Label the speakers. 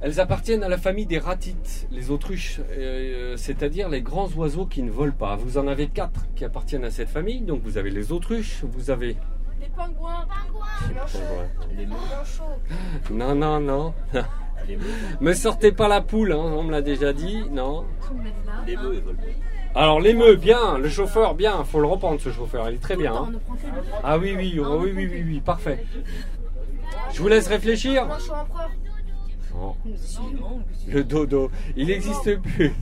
Speaker 1: Elles appartiennent à la famille des ratites, les autruches, euh, c'est-à-dire les grands oiseaux qui ne volent pas. Vous en avez quatre qui appartiennent à cette famille. Donc vous avez les autruches, vous avez.
Speaker 2: Les pingouins.
Speaker 3: Les mots.
Speaker 1: Non, non, non.
Speaker 3: Les mots. hein.
Speaker 1: Me sortez pas la poule, hein, on me l'a déjà dit. Non.
Speaker 2: Tu me mets là.
Speaker 3: Les mots, ils veulent pas.
Speaker 1: Alors les meufs, bien. Le chauffeur, bien. Faut le reprendre ce chauffeur, il est très bien.
Speaker 2: Attends,
Speaker 1: hein.
Speaker 2: on ne prend que le
Speaker 1: Ah oui, oui, oui, oui, oui, oui, oui, parfait. Je vous laisse réfléchir.
Speaker 2: Moi, je suis empereur.
Speaker 1: Oh,
Speaker 2: Non, non,
Speaker 1: le dodo, il n'existe plus.